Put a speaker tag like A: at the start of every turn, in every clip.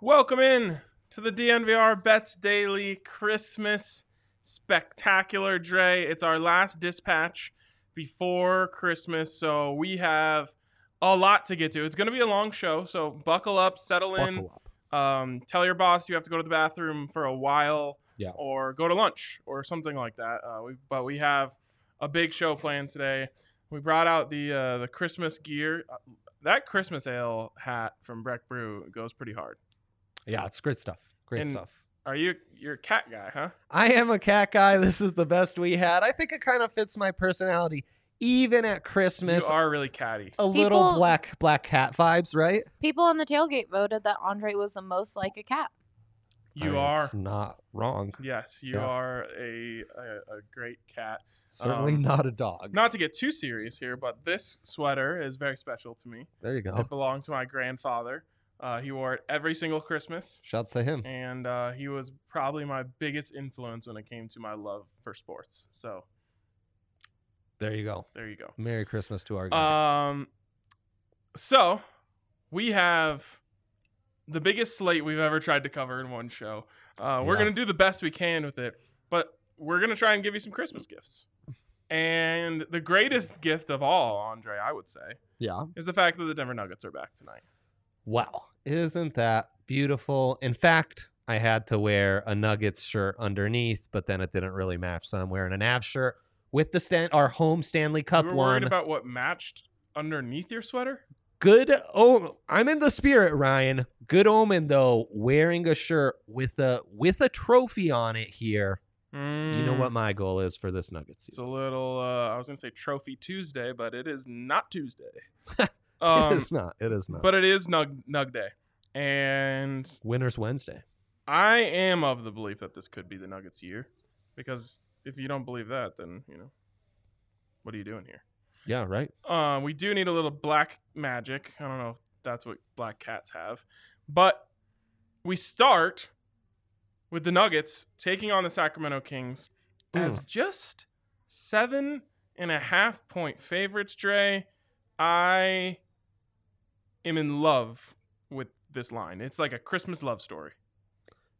A: Welcome in to the DNVR Bets Daily Christmas Spectacular, Dre. It's our last dispatch before Christmas, so we have a lot to get to. It's going to be a long show, so buckle up, settle in.
B: Buckle up.
A: Um, tell your boss you have to go to the bathroom for a while,
B: Yeah.
A: or go to lunch or something like that. Uh, we, but we have a big show planned today. We brought out the uh, the Christmas gear. Uh, That Christmas ale hat from Breck Brew goes pretty hard.
B: Yeah, it's great stuff. Great
A: And-
B: stuff.
A: Are you you're a cat guy, huh?
B: I am a cat guy. This is the best we had. I think it kind of fits my personality, even at Christmas.
A: You are really catty.
B: a little
C: People-
B: black black cat vibes, right?
C: People on the tailgate voted that Andre was the most like a cat.
B: I mean,
A: You are.
B: It's not wrong.
A: Yes, you
B: Yeah.
A: are a, a a great cat.
B: Certainly
A: Um,
B: not a dog.
A: Not to get too serious here, but this sweater is very special to me.
B: there you go.
A: It belonged to my grandfather. Uh, he wore it every single Christmas,
B: Shouts to him.
A: and uh, he was probably my biggest influence when it came to my love for sports. So
B: There you go. Uh,
A: there you go.
B: Merry Christmas to our guy.
A: Um, so we have the biggest slate we've ever tried to cover in one show. Uh, we're
B: Yeah.
A: gonna do the best we can with it, but we're gonna try and give you some Christmas gifts. And the greatest gift of all, Andre, I would say,
B: yeah.
A: is the fact that the Denver Nuggets are back tonight.
B: Wow. Isn't that beautiful? In fact, I had to wear a Nuggets shirt underneath, but then it didn't really match. So I'm wearing an Avs shirt with the Stan- our home Stanley Cup
A: you were
B: one.
A: worried about what matched underneath your sweater.
B: Good oh I'm in the spirit, Ryan. Good omen though, wearing a shirt with a with a trophy on it here. You know
A: Mm,
B: what my goal is for this Nuggets
A: It's a
B: season.
A: little. Uh, I was gonna say Trophy Tuesday, but it is not Tuesday.
B: it
A: Um,
B: is not. It is not.
A: but it is Nug Nug Day, and
B: Winners Wednesday.
A: I am of the belief that this could be the Nuggets' year, because if you don't believe that, then you know, what are you doing here?
B: Yeah, right.
A: Uh, we do need a little black magic. I don't know if that's what black cats have, but we start with the Nuggets taking on the Sacramento Kings as just seven and a half point favorites. Dre, I am in love with this line. It's like a Christmas love story.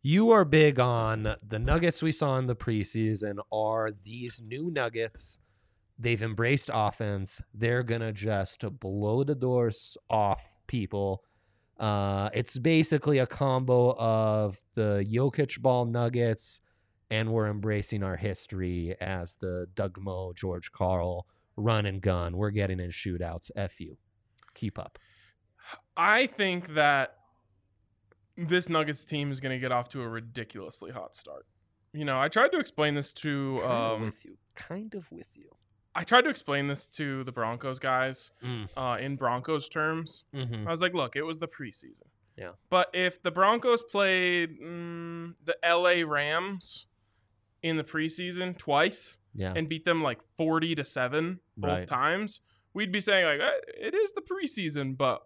B: You are big on the nuggets we saw in the preseason are these new nuggets. They've embraced offense. They're going to just blow the doors off people. Uh, it's basically a combo of the Jokic ball nuggets, and we're embracing our history as the Doug Moe, George Carl run and gun. We're getting in shootouts. F you. Keep up.
A: I think that this Nuggets team is going to get off to a ridiculously hot start. You know, I tried to explain this to um,
B: you. Kind of with you.
A: I tried to explain this to the Broncos guys
B: Mm.
A: uh, in Broncos terms.
B: hmm
A: I was like, look, it was the preseason.
B: Yeah.
A: But if the Broncos played mm, the LA Rams in the preseason twice
B: Yeah.
A: and beat them like 40 to 7 both
B: Right.
A: times, we'd be saying like, "Eh, it is the preseason, but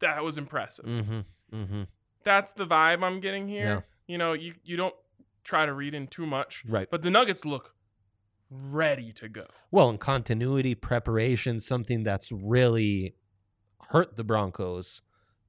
A: that was impressive.
B: Mm-hmm. Mm-hmm.
A: that's the vibe I'm getting here.
B: Yeah.
A: You know, you you don't try to read in too much,
B: Right.
A: but the Nuggets look ready to go.
B: Well, and continuity, preparation, something that's really hurt the Broncos.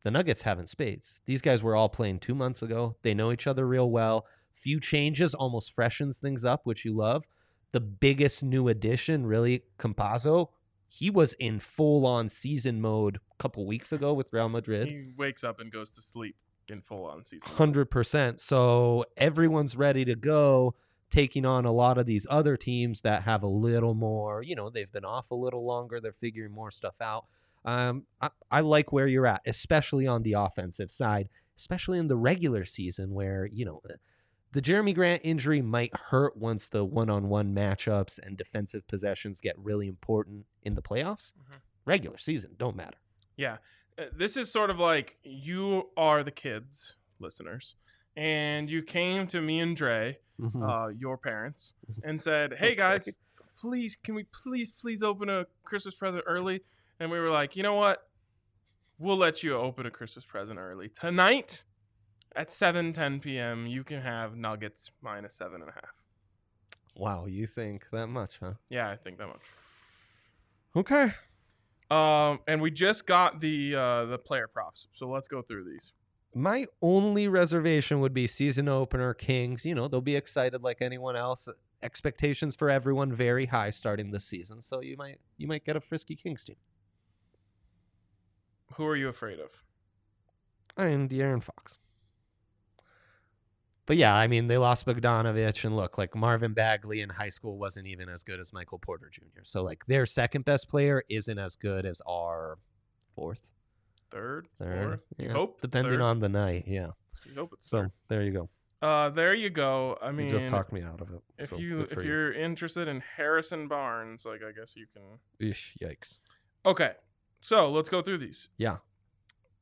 B: The Nuggets haven't spades. These guys were all playing two months ago. They know each other real well. Few changes almost freshens things up, which you love. The biggest new addition, really, Compazzo. He was in full on season mode a couple weeks ago with Real Madrid.
A: He wakes up and goes to sleep in full on season.
B: Hundred percent. So everyone's ready to go, taking on a lot of these other teams that have a little more. You know, they've been off a little longer. They're figuring more stuff out. Um, I, I like where you're at, especially on the offensive side, especially in the regular season where you know eh, the Jeremy Grant injury might hurt once the one-on-one matchups and defensive possessions get really important in the playoffs.
A: Mhm.
B: Regular season don't matter.
A: Yeah. Uh, This is sort of like you are the kids, listeners, and you came to me and Dre,
B: Hmm.
A: uh, your parents, and said, "Hey
B: Okay.
A: guys, please, can we please, please open a Christmas present early?" And we were like, "You know what? We'll let you open a Christmas present early tonight at 7:10 p.m. You can have Nuggets minus seven and a half."
B: wow, you think that much, huh?
A: Yeah, I think that much.
B: Okay.
A: Um, and we just got the uh, the player props, so let's go through these.
B: My only reservation would be season opener Kings. You know, they'll be excited like anyone else. Expectations for everyone very high starting this season, so you might you might get a frisky Kings team.
A: Who are you afraid of?
B: and De'Aaron Fox. But yeah, I mean, they lost Bogdanovich, and look, like Marvin Bagley in high school wasn't even as good as Michael Porter Jr. So like their second best player isn't as good as our fourth,
A: Third,
B: third,
A: fourth? You
B: yeah,
A: hope
B: depending
A: third.
B: on the night. Yeah.
A: You hope it's
B: So
A: third.
B: there you go.
A: Uh, there you go. I mean,
B: you just talked me out of it.
A: if
B: so
A: you
B: good for
A: if you're interested in Harrison Barnes, like I guess you can.
B: Eesh, yikes.
A: Okay, so let's go through these.
B: Yeah.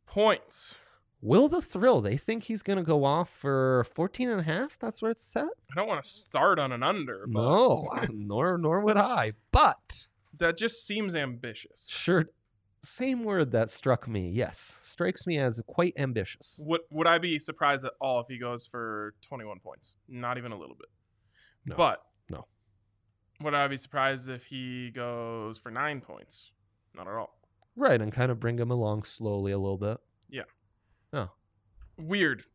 A: Points.
B: Will the thrill? They think he's gonna go off for 14 and a half. That's where it's set.
A: I don't want to start on an under, but
B: No, nor nor would I. But
A: that just seems ambitious.
B: Sure. Same word that struck me. Yes. Strikes me as quite ambitious.
A: Would would I be surprised at all if he goes for 21 points? Not even a little bit.
B: No.
A: But
B: No.
A: Would I be surprised if he goes for nine points? Not at all.
B: Right. And kind of bring him along slowly a little bit.
A: Weird,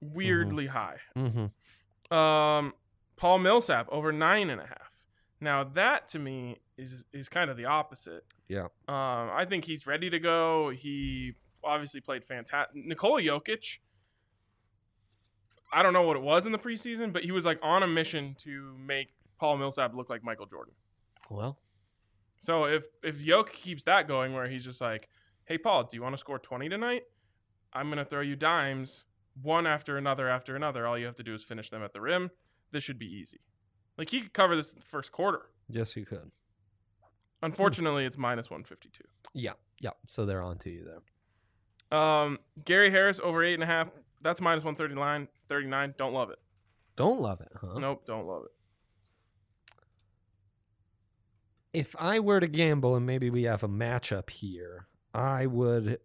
A: weirdly high.
B: Mm-hmm.
A: Um, Paul Millsap over nine and a half. Now that to me is is kind of the opposite.
B: Yeah.
A: Um, I think he's ready to go. He obviously played fantastic. Nikola Jokic. I don't know what it was in the preseason, but he was like on a mission to make Paul Millsap look like Michael Jordan.
B: Well,
A: So if if Yoke keeps that going, where he's just like, "Hey Paul, do you want to score twenty tonight? I'm gonna throw you dimes one after another after another. All you have to do is finish them at the rim. This should be easy. Like he could cover this in the first quarter.
B: yes, you could.
A: Unfortunately, it's minus one fifty two.
B: Yeah. Yeah. So they're on to you there.
A: Um, Gary Harris over eight and a half. That's minus one thirty nine. Thirty nine. Don't love it.
B: Don't love it, huh?
A: Nope. Don't love it.
B: If I were to gamble, and maybe we have a matchup here, I would,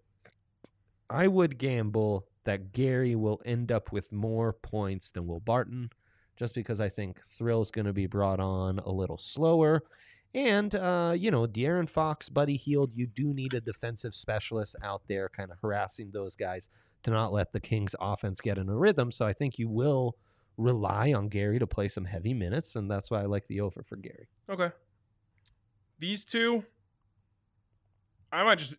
B: I would gamble that Gary will end up with more points than Will Barton, just because I think Thrill's going to be brought on a little slower, and uh, you know, De'Aaron Fox, Buddy Healed, you do need a defensive specialist out there, kind of harassing those guys to not let the Kings' offense get in a rhythm. So I think you will rely on Gary to play some heavy minutes, and that's why I like the over for Gary.
A: Okay. These two, I might just,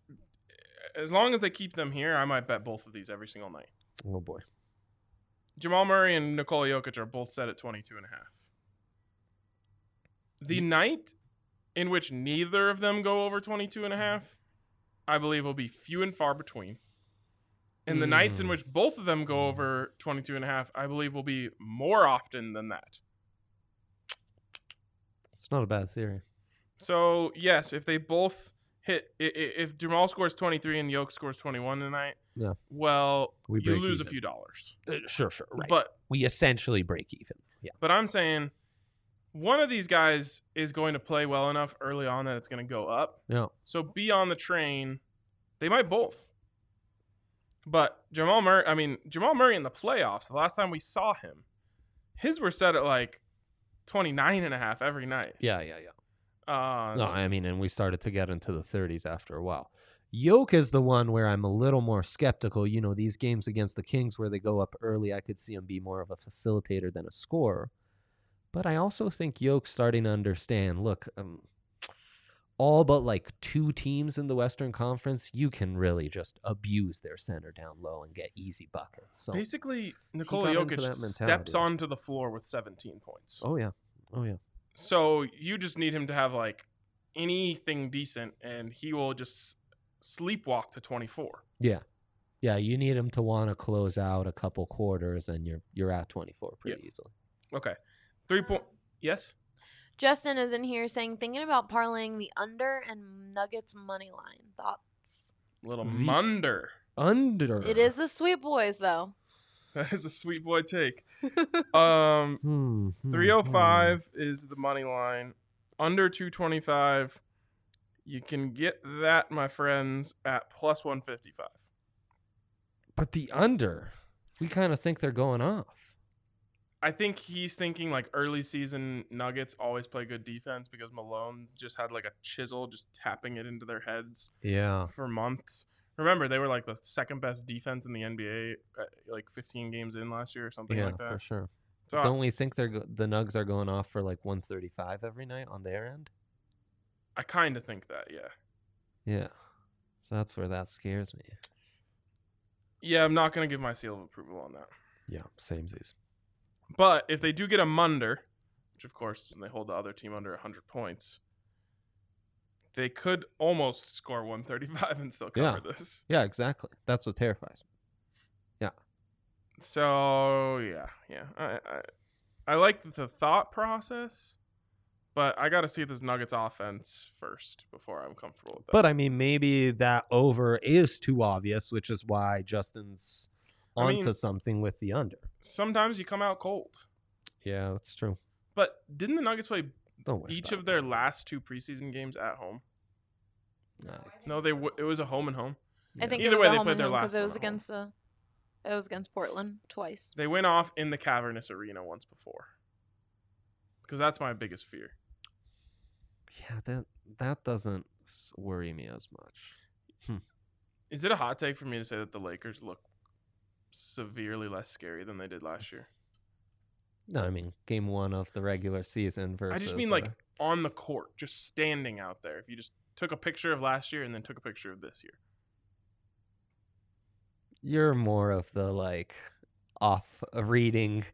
A: as long as they keep them here, I might bet both of these every single night.
B: Oh boy.
A: Jamal Murray and Nikola Jokic are both set at 22 and a half. The night in which neither of them go over 22 and a half, I believe will be few and far between. And the nights in
B: Mm.
A: which both of them go over 22 and a half, I believe will be more often than that.
B: It's not a bad theory.
A: So yes, if they both hit, i- i- if Jamal scores twenty three and Yoke scores twenty one tonight,
B: Yeah.
A: well,
B: We
A: you
B: break
A: lose a
B: even.
A: few dollars.
B: Uh, sure, sure. Right.
A: But
B: we essentially break even. Yeah.
A: but I'm saying one of these guys is going to play well enough early on that it's going to go up.
B: Yeah.
A: So be on the train. They might both. But Jamal Murray, I mean Jamal Murray in the playoffs, the last time we saw him, his were set at like 29 and a half every night.
B: Yeah, yeah, yeah.
A: Uh,
B: No, I mean, and we started to get into the 30s after a while. Yoke is the one where I'm a little more skeptical. You know, these games against the Kings where they go up early, I could see him be more of a facilitator than a scorer. But I also think Yoke's starting to understand look, um, all but like two teams in the Western Conference, you can really just abuse their center down low and get easy buckets. So,
A: Basically, Nikola
B: got into
A: Jokic
B: that
A: steps
B: mentality.
A: onto the floor with 17 points.
B: oh, yeah. Oh, yeah.
A: So you just need him to have like anything decent, and he will just sleepwalk to 24.
B: Yeah. Yeah, you need him to want to close out a couple quarters and you're you're at 24 pretty easily.
A: Okay, three point. Yes.
C: Justin is in here saying, thinking about parlaying the under and Nuggets money line. Thoughts?
A: Little
B: The-
A: Munder.
B: Under.
C: It is the Sweet Boys, though.
A: That is a sweet boy take. Um,
B: Hmm, hmm,
A: 305 is the money line. Under 225, you can get that, my friends, at plus 155.
B: hmm. But the under, we kind of think they're going off.
A: I think he's thinking like early season Nuggets always play good defense because Malone just had like a chisel just tapping it into their heads
B: Yeah.
A: for months. Remember, they were like the second best defense in the NBA, uh, like 15 games in last year or something
B: yeah,
A: like that.
B: for sure.
A: So I-
B: Don't we think they're go- the Nugs are going off for like 135 every night on their end?
A: I kind of think that, yeah.
B: Yeah. So that's where that scares me.
A: Yeah, I'm not going to give my seal of approval on that.
D: Yeah, samezies.
A: But if they do get a Munder, which of course, when they hold the other team under 100 points, they could almost score 135 and still cover this.
B: Yeah, exactly. That's what terrifies me.
A: So, yeah, yeah. I, I, I like the thought process, but I got to see this Nuggets offense first before I'm comfortable with that.
D: But I mean, maybe that over is too obvious, which is why Justin's
A: I
D: onto
A: mean-
D: something with the under.
A: sometimes you come out cold.
B: Yeah, that's true.
A: But didn't the Nuggets play
B: Don't worry.
A: each
B: about
A: of their last two preseason games at home?
B: it. Nah.
A: No, they w- it was a home and home.
C: I think
A: Either
C: it was
A: way,
C: a
A: they
C: home
A: played
C: and
A: their
C: home 'cause
A: last
C: it
A: one
C: was
A: at home.
C: against the it was against Portland twice.
A: They went off in the cavernous arena once before. Because that's my biggest fear.
B: Yeah, that that doesn't s- worry me as much.
A: Is it a hot take for me to say that the Lakers look severely less scary than they did last year?
B: No, I mean game one of the regular season versus.
A: I just mean
B: uh,
A: like on the court, just standing out there. If you just took a picture of last year and then took a picture of this year.
B: you're more of the like off uh, reading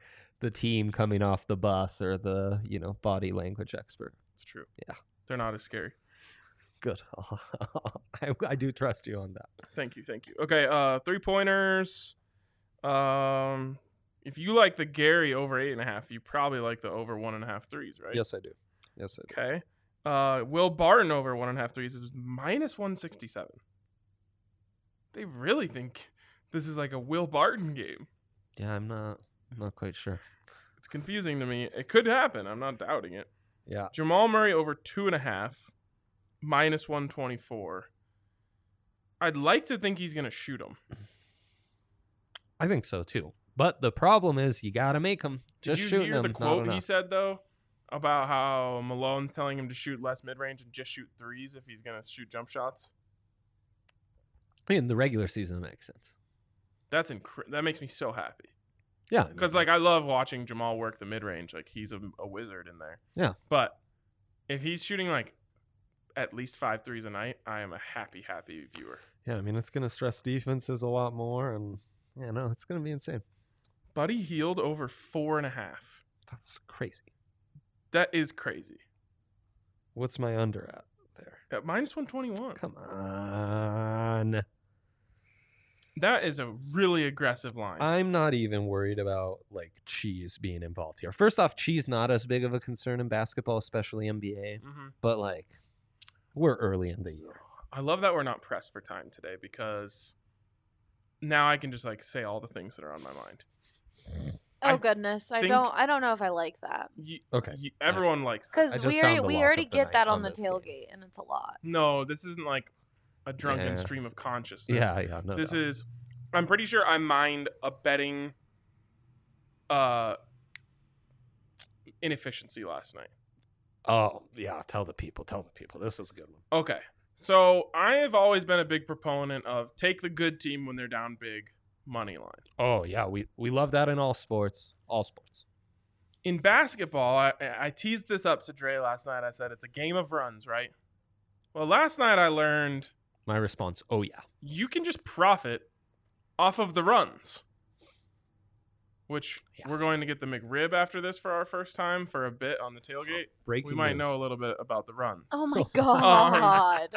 B: the team coming off the bus or the you know body language expert.
A: It's true.
B: Yeah.
A: They're not as scary.
D: Good. I, I do trust you on that.
A: Thank you, thank you. Okay, uh three pointers. Um if you like the Gary over eight and a half, you probably like the over one and a half threes, right?
B: Yes, I do. Yes, I do.
A: Okay. Uh, Will Barton over one and a half threes is minus one sixty seven. They really think this is like a Will Barton game.
B: Yeah, I'm not not quite sure.
A: It's confusing to me. It could happen. I'm not doubting it.
D: Yeah.
A: Jamal Murray over two and a half, minus one twenty four. I'd like to think he's gonna shoot him.
D: I think so too.
B: But the problem is you gotta make them.
A: Did
B: Just
A: you
B: shooting
A: hear the
B: them.
A: quote he
B: enough.
A: said though about how Malone's telling him to shoot less mid range and just shoot threes if he's gonna shoot jump shots?
B: In the regular season, it makes sense.
A: That's incre- that makes me so happy.
B: Yeah, I mean,
A: because like I love watching Jamal work the mid range. Like he's a, a wizard in there.
B: Yeah.
A: But if he's shooting like at least five threes a night, I am a happy, happy viewer.
B: yeah, I mean it's gonna stress defenses a lot more, and yeah, no, it's gonna be insane.
A: Buddy healed over four and a half.
B: That's crazy.
A: That is crazy.
B: What's my under at there?
A: At minus one twenty one.
B: Come on.
A: That is a really aggressive line.
D: I'm not even worried about like cheese being involved here.
B: First off, cheese not as big of a concern in basketball, especially NBA.
A: Mhm.
B: But like, we're early in the year.
A: I love that we're not pressed for time today because now I can just like say all the things that are on my mind.
C: Oh
A: I
C: goodness, I
A: think-
C: don't I don't know if I like that
A: You,
B: Okay.
A: you- everyone likes that.
B: I
C: because
B: just
C: we
B: found
C: already
B: the
C: we
B: lock
C: already
B: of the night
C: get that
B: on
C: on the
B: this game.
C: tailgate and it's a lot.
A: No, this isn't like a drunken
B: Yeah.
A: stream of consciousness.
B: Yeah, yeah. No
A: this
B: doubt.
A: is i'm pretty sure i mined a betting uh inefficiency last night
B: Oh yeah, tell the people. Tell the people. This is a good one.
A: okay so i have always been a big proponent of take the good team when they're down big money line
B: Oh yeah, we we love that in all sports. All sports.
A: in basketball i, I teased this up to dre last night i said it's a game of runs right well last night i learned
B: My response. Oh yeah.
A: you can just profit off of the runs. Which
B: Yeah.
A: we're going to get the McRib after this for our first time for a bit on the tailgate.
B: Breaking.
A: we might
B: news.
A: know a little bit about the runs.
C: Oh my god.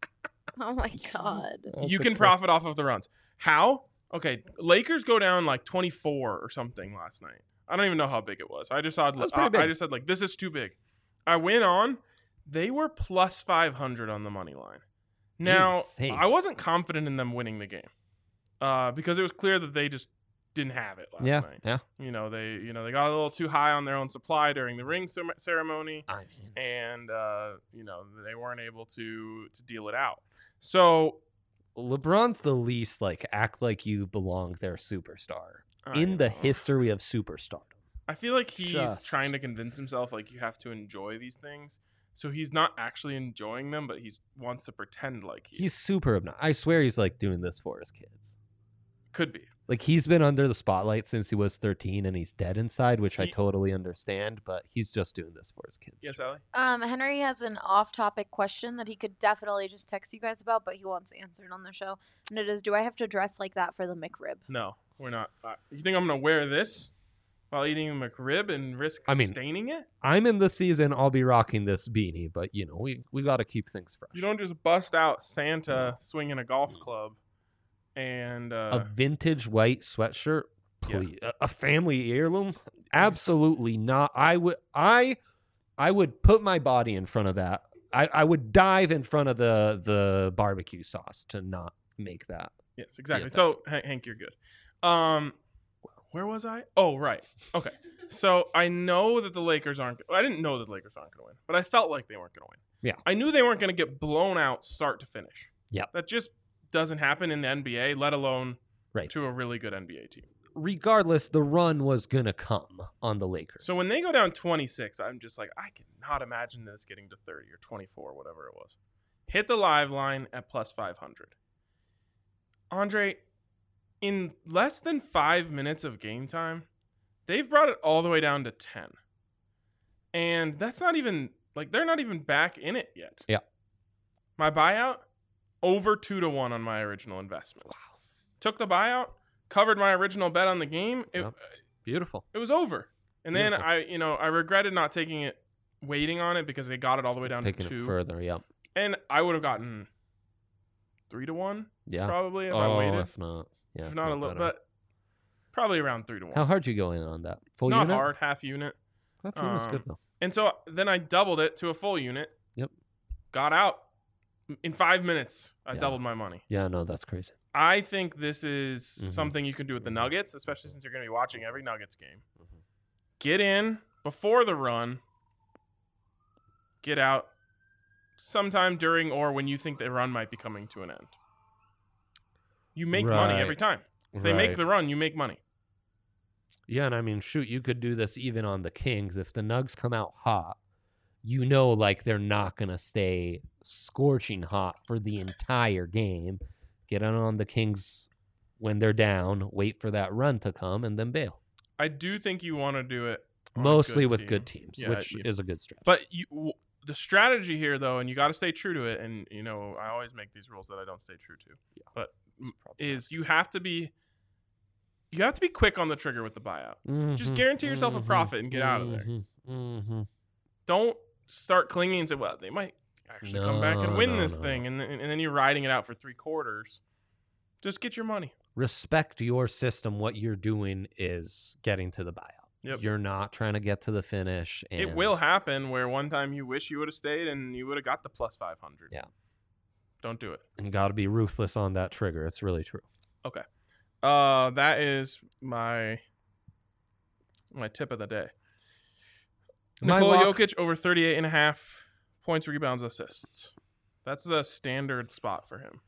C: oh my god.
A: you can profit off of the runs. How? Okay, Lakers go down like 24 or something last night. I don't even know how big it was. I just saw.
B: was
A: I,
B: pretty big.
A: I just said like this is too big. I went on. They were plus 500 on the money line. Now
B: Insane.
A: I wasn't confident in them winning the game uh, because it was clear that they just didn't have it last
B: Yeah,
A: night.
B: yeah.
A: You know they you know they got a little too high on their own supply during the ring cer- ceremony
B: I mean,
A: and uh, you know they weren't able to to deal it out. So
B: LeBron's the least like act like you belong there superstar
A: I
B: in the
A: know.
B: history of superstardom.
A: I feel like he's
B: Just-
A: trying to convince himself like you have to enjoy these things. So he's not actually enjoying them, but he wants to pretend like he
B: He's super obnoxious. I swear he's like doing this for his kids.
A: could be.
B: Like he's been under the spotlight since he was 13 and he's dead inside, which I
A: He-
B: totally understand, but he's just doing this for his kids.
A: Yes, Allie?
C: Um, Henry has an off-topic question that he could definitely just text you guys about, but he wants answered on the show, and it is: Do I have to dress like that for the McRib?
A: No, we're not. Uh, you think I'm going to wear this while eating a McRib and risk
B: I mean-
A: staining it?
B: I'm in the season, I'll be rocking this beanie, but you know, we, we got to keep things fresh.
A: You don't just bust out Santa swinging a golf club and
B: a
A: uh,
B: vintage white sweatshirt,
A: Yeah.
B: please. A- A family heirloom? Absolutely not. I would I I would put my body in front of that. I, I would dive in front of the the barbecue sauce to not make that.
A: yes, exactly.
B: effect.
A: So Han- Hank, you're good. Um, where was I? Oh, right. Okay. So I know that the Lakers aren't. I didn't know that the Lakers aren't going to win, but I felt like they weren't going to win.
B: Yeah.
A: I knew they weren't going to get blown out start to finish.
B: Yep.
A: That just doesn't happen in the NBA, let alone
B: Right.
A: to a really good NBA team.
B: Regardless, the run was gonna come on the Lakers.
A: So when they go down 26, I'm just like, I cannot imagine this getting to 30 or 24, whatever it was. Hit the live line at plus 500. Andre, in less than five minutes of game time, they've brought it all the way down to 10. And that's not even, like, they're not even back in it yet.
B: Yeah.
A: My buyout, over two to one on my original investment. Wow. Took the buyout, covered my original bet on the game. It,
B: Yep. beautiful.
A: it was over. And then
B: Beautiful.
A: I, you know, I regretted not taking it, waiting on it because they got it all the way down
B: Taking
A: to two,
B: it further, yeah.
A: and I would have gotten three to one
B: Yeah.
A: probably if
B: oh,
A: I waited,
B: if not. Yeah.
A: if not a little,
B: better.
A: but probably around three to one.
B: How hard you go in on that? Full
A: not
B: unit?
A: hard, half unit.
B: Half unit's good
A: Um,
B: though.
A: And so then I doubled it to a full unit.
B: Yep.
A: Got out in five minutes. I
B: Yeah.
A: doubled my money.
B: Yeah, no, that's crazy.
A: I think this is
B: Mhm.
A: something you can do with the
B: Mhm.
A: Nuggets, especially since you're going to be watching every Nuggets game.
B: Mhm.
A: Get in before the run, get out sometime during or when you think the run might be coming to an end. You make money
B: Right.
A: every time. If they make
B: Right.
A: the run, you make money.
B: Yeah, and I mean, shoot, you could do this even on the Kings. If the Nugs come out hot, you know, like they're not going to stay scorching hot for the entire game. Get in on the Kings when they're down, wait for that run to come, and then bail.
A: I do think you want to do it on a
B: Mostly with good
A: team.
B: teams,
A: Yeah,
B: which
A: you-
B: is a good strategy.
A: But you, w- the strategy here, though, and you got to stay true to it. And you know, I always make these rules that I don't stay true to. But m- is you have to be, you have to be quick on the trigger with the buyout. Just guarantee yourself a profit and get out of there.
B: Mm-hmm.
A: Don't start clinging and say, "Well, they might actually come back and
B: No,
A: win
B: no,
A: this
B: no.
A: thing," and, then- and then you're riding it out for three quarters. Just get your money.
B: Respect your system. What you're doing is getting to the buyout.
A: Yep.
B: You're not trying to get to the finish. And
A: It will happen where one time you wish you would have stayed and you would have got the plus five hundred.
B: Yeah.
A: Don't do it.
B: And got to be ruthless on that trigger. It's really true.
A: Uh, that is my my tip of the day.
B: My
A: Nikola
B: lock-
A: Jokic over 38 and a half points, rebounds, assists. That's the standard spot for him.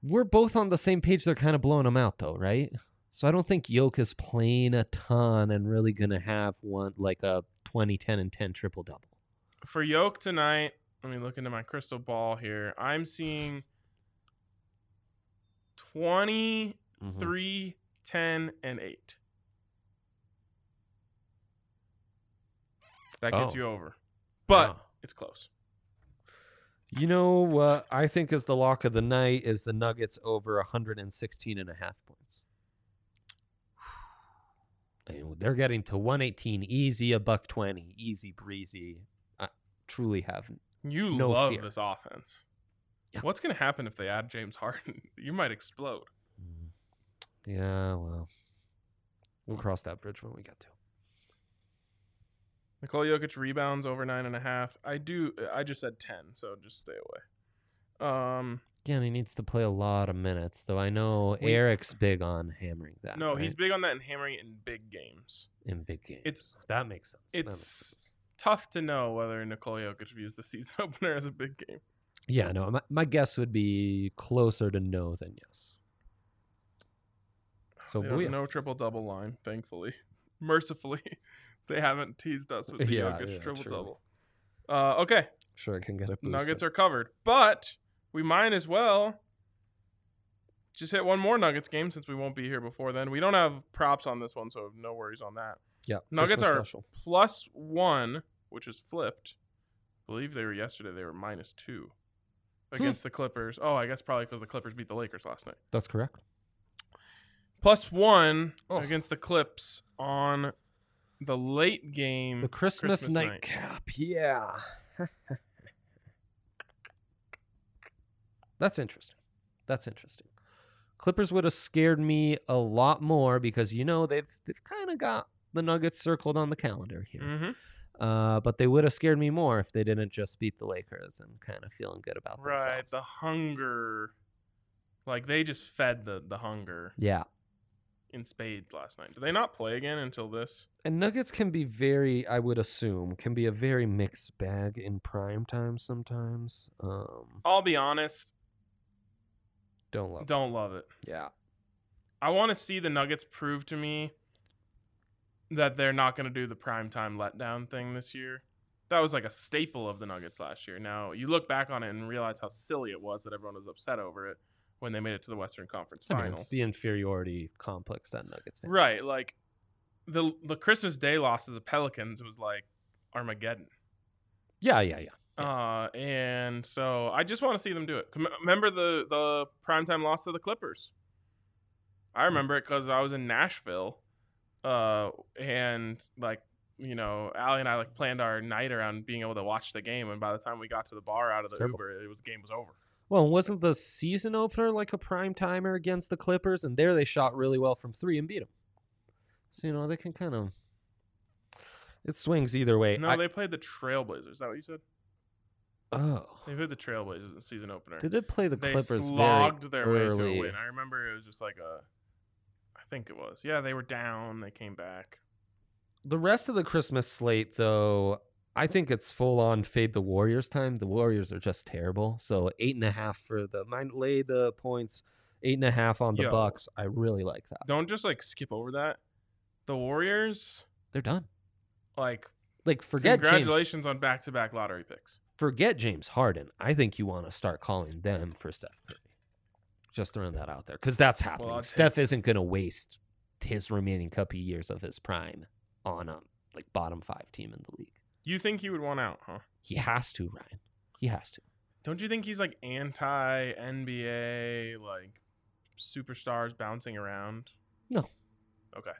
B: we're both on the same page. They're kind of blowing them out, though, right? So I don't think Yoke is playing a ton and really going to have one like a 20, 10, and 10 triple double.
A: For Yoke tonight, let me look into my crystal ball here. I'm seeing 23,
B: Mm-hmm.
A: 10, and 8. That gets
B: Oh.
A: you over. But it's close.
B: you know what I think is the lock of the night is the Nuggets over 116 and a half points. And they're getting to 118 easy, a buck 20, easy breezy. I truly have
A: You
B: No
A: love
B: fear.
A: this offense.
B: Yeah.
A: What's going to happen if they add James Harden? You might explode.
B: Mm. Yeah, well, we'll cross that bridge when we get to. it.
A: Nicole Jokic rebounds over nine and a half. I do. I just said ten, so just stay away. Um,
B: Again, he needs to play a lot of minutes, though. I know
A: We-
B: Eric's big on hammering that.
A: no, he's
B: right?
A: big on that and hammering it in big games.
B: in big games.
A: it's-
B: that makes sense. that makes
A: it's-
B: sense.
A: Tough to know whether Nicole Jokic views the season opener as a big game.
B: yeah. No, my, my guess would be closer to no than yes. So
A: They don't-
B: booyah.
A: no triple double line, thankfully. Mercifully, they haven't teased us with the
B: Yeah,
A: Jokic
B: yeah,
A: triple double. Uh, okay,
B: Sure, I can get a boost.
A: Nuggets are covered, but we might as well just hit one more Nuggets game since we won't be here before then. We don't have props on this one, so no worries on that.
B: yeah.
A: Nuggets
B: Christmas
A: are plus one, which is flipped. I believe they were yesterday. They were minus two
B: Hmm.
A: against the Clippers. Oh, I guess probably because the Clippers beat the Lakers last night.
B: That's correct.
A: Plus one
B: Oh.
A: against the Clips on the late game.
B: The Christmas,
A: Hmm, Christmas night.
B: nightcap. Yeah. That's interesting. That's interesting. Clippers would have scared me a lot more because you know they've they've kind of got the Nuggets circled on the calendar here.
A: Mhm.
B: Uh, but they would have scared me more if they didn't just beat the Lakers and kind of feeling good about
A: Right,
B: themselves.
A: the hunger. Like they just fed the the hunger
B: yeah.
A: in spades last night. Do they not play again until this?
B: And Nuggets can be very, I would assume, can be a very mixed bag in prime time sometimes. Um,
A: I'll be honest,
B: don't love.
A: don't love it.
B: it. Yeah.
A: I want to see the Nuggets prove to me that they're not going to do the primetime letdown thing this year. That was like a staple of the Nuggets last year. Now, you look back on it and realize how silly it was that everyone was upset over it when they made it to the Western Conference
B: I mean,
A: Finals.
B: it's the inferiority complex that Nuggets fans
A: right, like the the Christmas Day loss to the Pelicans was like Armageddon.
B: have. Yeah, yeah, yeah.
A: Uh, and so I just want to see them do it. Com- Remember the the primetime loss to the Clippers?
B: Mm-hmm.
A: I remember it because I was in Nashville, uh, and like you know, Allie and I like planned our night around being able to watch the game. And by the time we got to the bar out of the
B: Terrible.
A: Uber, it was game was over.
B: Well, and wasn't the season opener like a prime timer against the Clippers? And there they shot really well from three and beat them. So, you know, they can kind of. It swings either way.
A: No,
B: I-
A: they played the Trailblazers. Is that what you said?
B: oh.
A: They played the Trailblazers in the season opener.
B: They did play the
A: they
B: Clippers
A: slogged
B: very
A: their way to
B: early.
A: a win. I remember it was just like a, I think it was. Yeah, they were down. They came back.
B: The rest of the Christmas slate, though, I think it's full on fade the Warriors time. The Warriors are just terrible. So eight and a half for the mine lay the points, eight and a half on the
A: Yo.
B: Bucks. I really like that.
A: don't just like skip over that. The Warriors,
B: They're done.
A: like,
B: Like forget James,
A: congratulations on back to back lottery picks.
B: forget James Harden. I think you want to start calling them for Steph Curry. Just throwing that out there because that's happening.
A: I'll take
B: Steph isn't going to waste his remaining couple years of his prime on a like bottom five team in the league.
A: You think he would want out, huh?
B: He has to, Ryan. He has to.
A: Don't you think he's like anti NBA, like superstars bouncing around?
B: No.
A: Okay.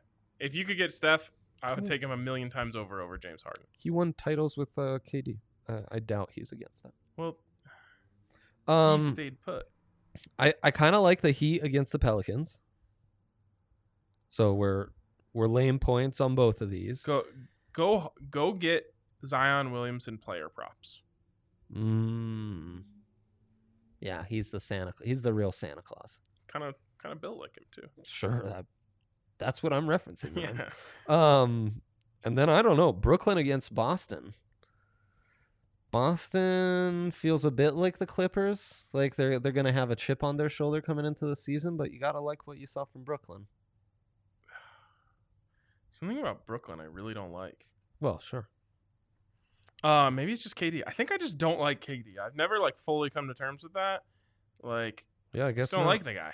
A: If you could get Steph, I
B: Come
A: would
B: on.
A: take him a million times over over James Harden.
B: He won titles with uh, KD. Uh, I doubt he's against that.
A: Well,
B: Um,
A: he stayed put.
B: I, I kind of like the Heat against the Pelicans. So we're we're laying points on both of these.
A: Go, go, go get Zion Williamson player props.
B: Mm. Yeah, he's the Santa. He's the real Santa Claus.
A: Kind of, kind of built like him too.
B: Sure, that, that's what I'm referencing. man.
A: Yeah.
B: Um, and then I don't know Brooklyn against Boston. Boston feels a bit like the Clippers, like they're they're gonna have a chip on their shoulder coming into the season. But you gotta like what you saw from Brooklyn.
A: Something about Brooklyn I really don't like.
B: Well, sure.
A: Uh, maybe it's just KD. I think I just don't like KD. I've never like fully come to terms with that. Like,
B: Yeah, I guess.
A: just don't
B: not.
A: like the guy.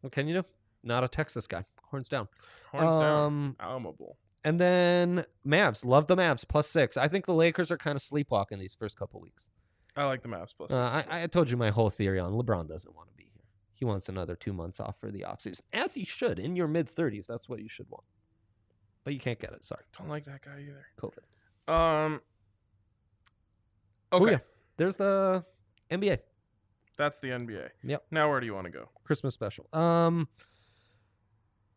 B: What can you do? Not a Texas guy. Horns down.
A: Horns down.
B: Um,
A: Almable.
B: And then Mavs. Love the Mavs plus six. I think the Lakers are kind of sleepwalking these first couple weeks.
A: I like the Mavs plus.
B: Uh,
A: six.
B: I, I told you my whole theory on LeBron doesn't want to be here. He wants another two months off for the offseason, as he should. In your mid 30s, that's what you should want. But you can't get it. Sorry,
A: don't like that guy either.
B: COVID.
A: Um.
B: Oh,
A: Okay,
B: yeah. There's the NBA
A: that's the NBA.
B: Yep.
A: Now where do you want to go?
B: Christmas special. Um,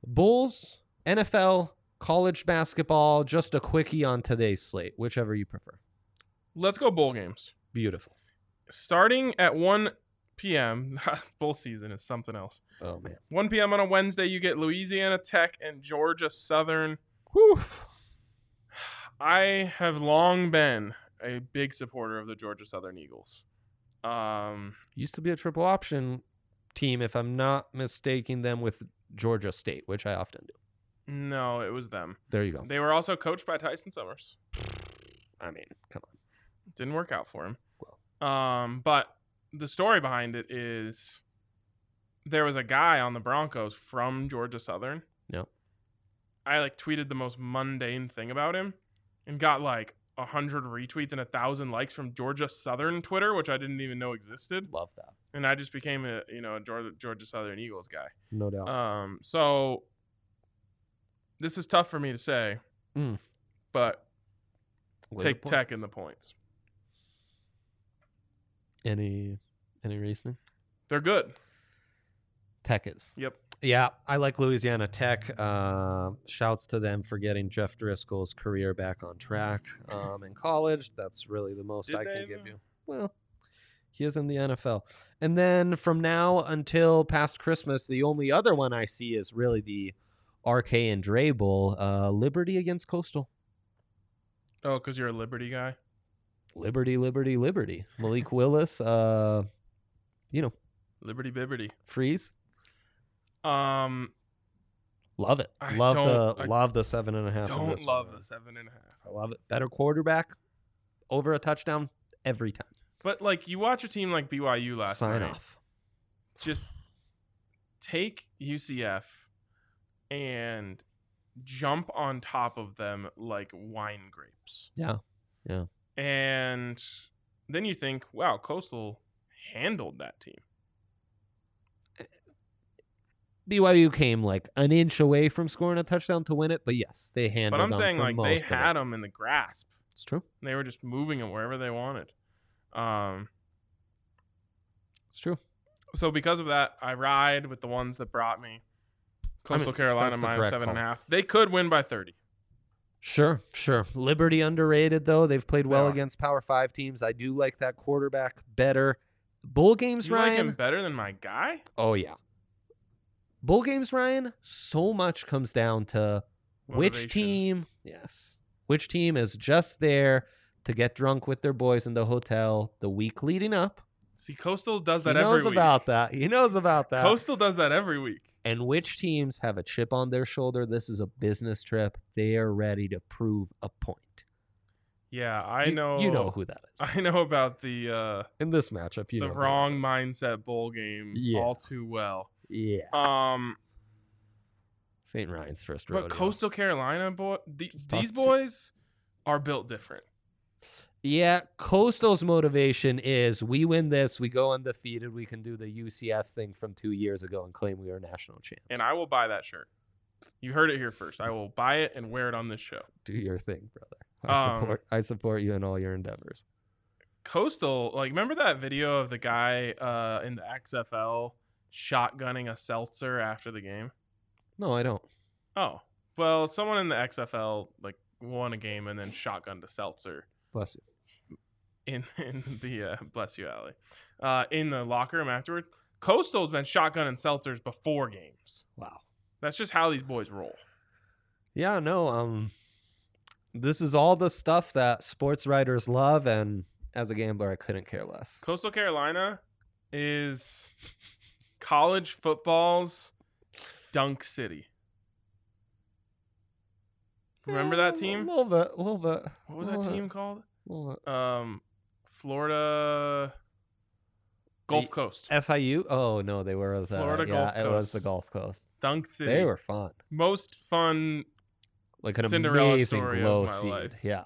B: Bulls, NFL, college basketball. Just a quickie on today's slate, whichever you prefer.
A: Let's go bowl games.
B: Beautiful.
A: Starting at 1 p.m. bowl season is something else.
B: Oh man.
A: 1 p.m. on a Wednesday, you get Louisiana Tech and Georgia Southern. I have long been a big supporter of the Georgia Southern Eagles. Um,
B: Used to be a triple option team, if I'm not mistaking them with Georgia State, which I often do.
A: no, it was them.
B: There you go.
A: They were also coached by Tyson Summers.
B: I mean, come on.
A: Didn't work out for him. Um, but the story behind it is there was a guy on the Broncos from Georgia Southern.
B: Yep.
A: I like tweeted the most mundane thing about him and got like a hundred retweets and a thousand likes from Georgia Southern Twitter, which I didn't even know existed.
B: Love that.
A: And I just became a you know a Georgia, Georgia Southern Eagles guy.
B: No doubt.
A: Um, so this is tough for me to say,
B: Mm.
A: but
B: Where the
A: take
B: point?
A: Tech in the points.
B: Any any reasoning?
A: They're good.
B: Tech is.
A: Yep.
D: Yeah, I like Louisiana Tech. Uh, shouts to them for getting Jeff Driscoll's career back on track um, in college. That's really the most
A: Did
D: I can
A: they,
D: give
A: though?
D: you. Well, he is in the NFL. And then from now until past Christmas, the only other one I see is really the RK and Dre Bowl, uh, Liberty against Coastal.
A: Oh, because you're a Liberty guy.
B: Liberty, liberty, liberty. Malik Willis, uh, you know,
A: Liberty Bibberty.
B: freeze.
A: Um,
B: Love it.
A: I
B: love
A: don't-
B: the
A: I
B: love the seven and a half. in
A: don't
B: this one,
A: love
B: man.
A: the seven and a half.
D: I love it. Better quarterback over a touchdown every time.
A: But like you watch a team like BYU last
B: Sign
A: night,
B: off.
A: just take UCF and jump on top of them like wine grapes.
B: Yeah. Yeah.
A: And then you think, wow, Coastal handled that team.
B: BYU came like an inch away from scoring a touchdown to win it, but yes, they handled.
A: But I'm
B: them
A: saying
B: for
A: like
B: most
A: they
B: of it.
A: had them in the grasp.
B: It's true.
A: And they were just moving them wherever they wanted. Um,
B: It's true.
A: so because of that, I ride with the ones that brought me. Coastal Carolina
B: that's the
A: minus
B: correct
A: seven and a
B: call.
A: half. They could win by thirty.
B: Sure, sure. Liberty underrated though. They've played well
A: are.
B: against Power Five teams. I do like that quarterback better. Bowl games,
A: Do you like
B: Ryan.
A: him better than my guy?
B: Oh yeah. Bowl games, Ryan, so much comes down to which
A: Motivation.
B: team, yes, which team is just there to get drunk with their boys in the hotel the week leading up.
A: See, Coastal does
B: He
A: that every
B: knows
A: week.
B: about that. He knows about that.
A: Coastal does that every week.
B: and which teams have a chip on their shoulder. This is a business trip. They are ready to prove a point.
A: Yeah, I
B: You-
A: know.
B: You know who that is.
A: I know about the uh,
B: in this matchup, you
A: the
B: know who that
A: wrong
B: is.
A: mindset bowl game
B: Yeah.
A: all too well.
B: Yeah,
A: Um,
B: St. Ryan's first rodeo.
A: but Coastal Carolina boy, the,
B: talk
A: these
B: shit.
A: boys are built different.
B: Yeah, Coastal's motivation is we win this, we go undefeated, we can do the UCF thing from two years ago and claim we are national champs.
A: and I will buy that shirt. You heard it here first. I will buy it and wear it on this show.
B: do your thing, brother. I
A: Um,
B: support. I support you in all your endeavors.
A: Coastal, like, remember that video of the guy uh, in the XFL shotgunning a seltzer after the game?
B: No, I don't.
A: Oh, well, someone in the XFL like won a game and then shotgunned a seltzer
B: Bless you.
A: in in the uh, bless you alley uh, in the locker room afterward. Coastal's been shotgunning seltzers before games.
B: Wow.
A: That's just how these boys roll.
D: Yeah, no. Um, this is all the stuff that sports writers love, and
B: As a gambler, I couldn't care less.
A: Coastal Carolina is college football's dunk city. Remember that
D: A
A: team?
D: little bit, a little bit.
A: What was that team called?
D: Little
A: Um, Florida Gulf
D: The-
A: Coast.
D: bit.
B: FIU? Oh no, they were the
A: Florida
B: yeah,
A: Gulf
B: it was the
A: Coast.
B: Gulf Coast.
A: Dunk City.
B: They were fun.
A: most fun.
B: Like an
A: Cinderella
B: amazing
A: story of
B: low
A: my
B: seed.
A: life.
B: Yeah,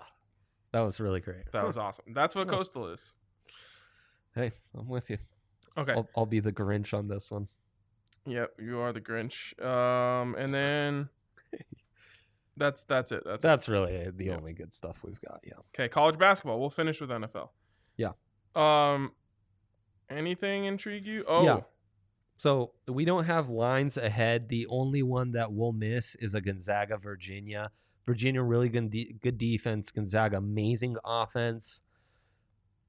B: that was really great.
A: That was awesome. That's what
B: Huh.
A: Coastal is.
B: Hey, I'm with you.
A: Okay.
B: I'll, I'll be the Grinch on this one.
A: Yep, you are the Grinch. Um, and then that's that's it. That's,
B: That's really the
A: Yeah.
B: only good stuff we've got. Yeah.
A: it. okay. College basketball. We'll finish with NFL.
D: Yeah.
A: Um, anything intrigue you? Oh,
D: Yeah. So we don't have lines ahead. The only one that we'll miss is a Gonzaga Virginia. Virginia really good, de- good defense. Gonzaga amazing offense.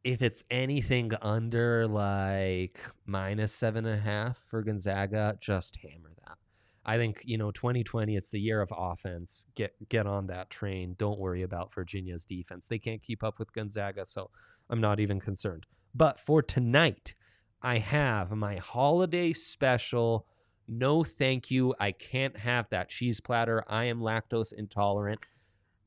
B: If it's anything under like minus seven and a half for Gonzaga, just hammer that. I think you know 2020. It's the year of offense. Get get on that train. Don't worry about Virginia's defense. They can't keep up with Gonzaga, so I'm not even concerned. But for tonight, I have my holiday special. No, thank you. I can't have that cheese platter. I am lactose intolerant.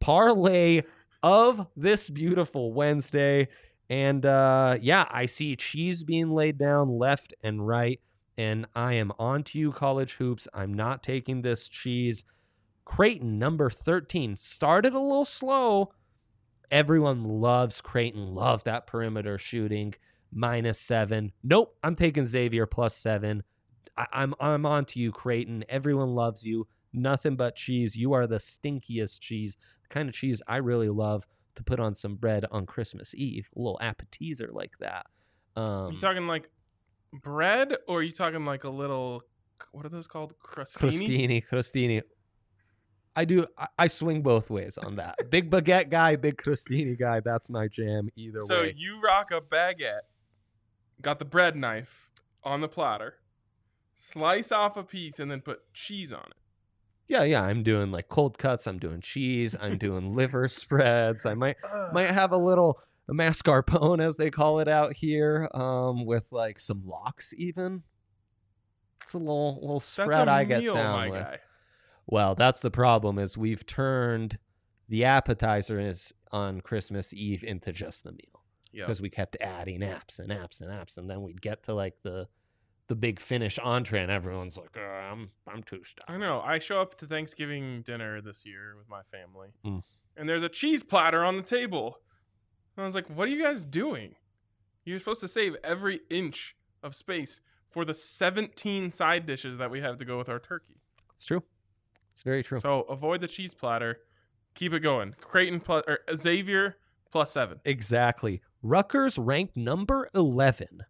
B: Parlay of this beautiful Wednesday. And uh, yeah, I see cheese being laid down left and right. And I am on to you, college hoops. I'm not taking this cheese. Creighton, number 13, started a little slow. Everyone loves Creighton, love that perimeter shooting. Minus seven. Nope, I'm taking Xavier plus seven. I- I'm I'm on to you, Creighton. Everyone loves you. Nothing but cheese. You are the stinkiest cheese, the kind of cheese I really love to put on some bread on Christmas Eve. A little appetizer like that. Um,
A: you talking like bread, or are you talking like a little? What are those called? Crustini.
B: Crostini, Crostini. I do. I, I swing both ways on that. big baguette guy, big Crostini guy. That's my jam. Either
A: So
B: way.
A: you rock a baguette, got the bread knife on the platter, slice off a piece, and then put cheese on it.
B: Yeah, yeah. I'm doing like cold cuts. I'm doing cheese. I'm doing liver spreads. I might might have a little mascarpone, as they call it out here, um, with like some locks. Even it's a little little
A: That's
B: spread
A: a
B: I get
A: meal,
B: down
A: my
B: with.
A: guy.
B: Well, that's the problem is we've turned the appetizer is on Christmas Eve into just the meal.
A: Yeah.
B: because we kept adding apps and apps and apps, and then we'd get to like the the big finish entree, and everyone's like, "Uh, "I'm I'm too stuffed."
A: I know. I show up to Thanksgiving dinner this year with my family,
B: Mm.
A: and there's a cheese platter on the table. And I was like, "What are you guys doing? You're supposed to save every inch of space for the 17 side dishes that we have to go with our turkey.
B: It's true. It's very true.
A: So avoid the cheese platter. Keep it going. Creighton plus or Xavier plus seven.
B: exactly. Rutgers ranked number eleven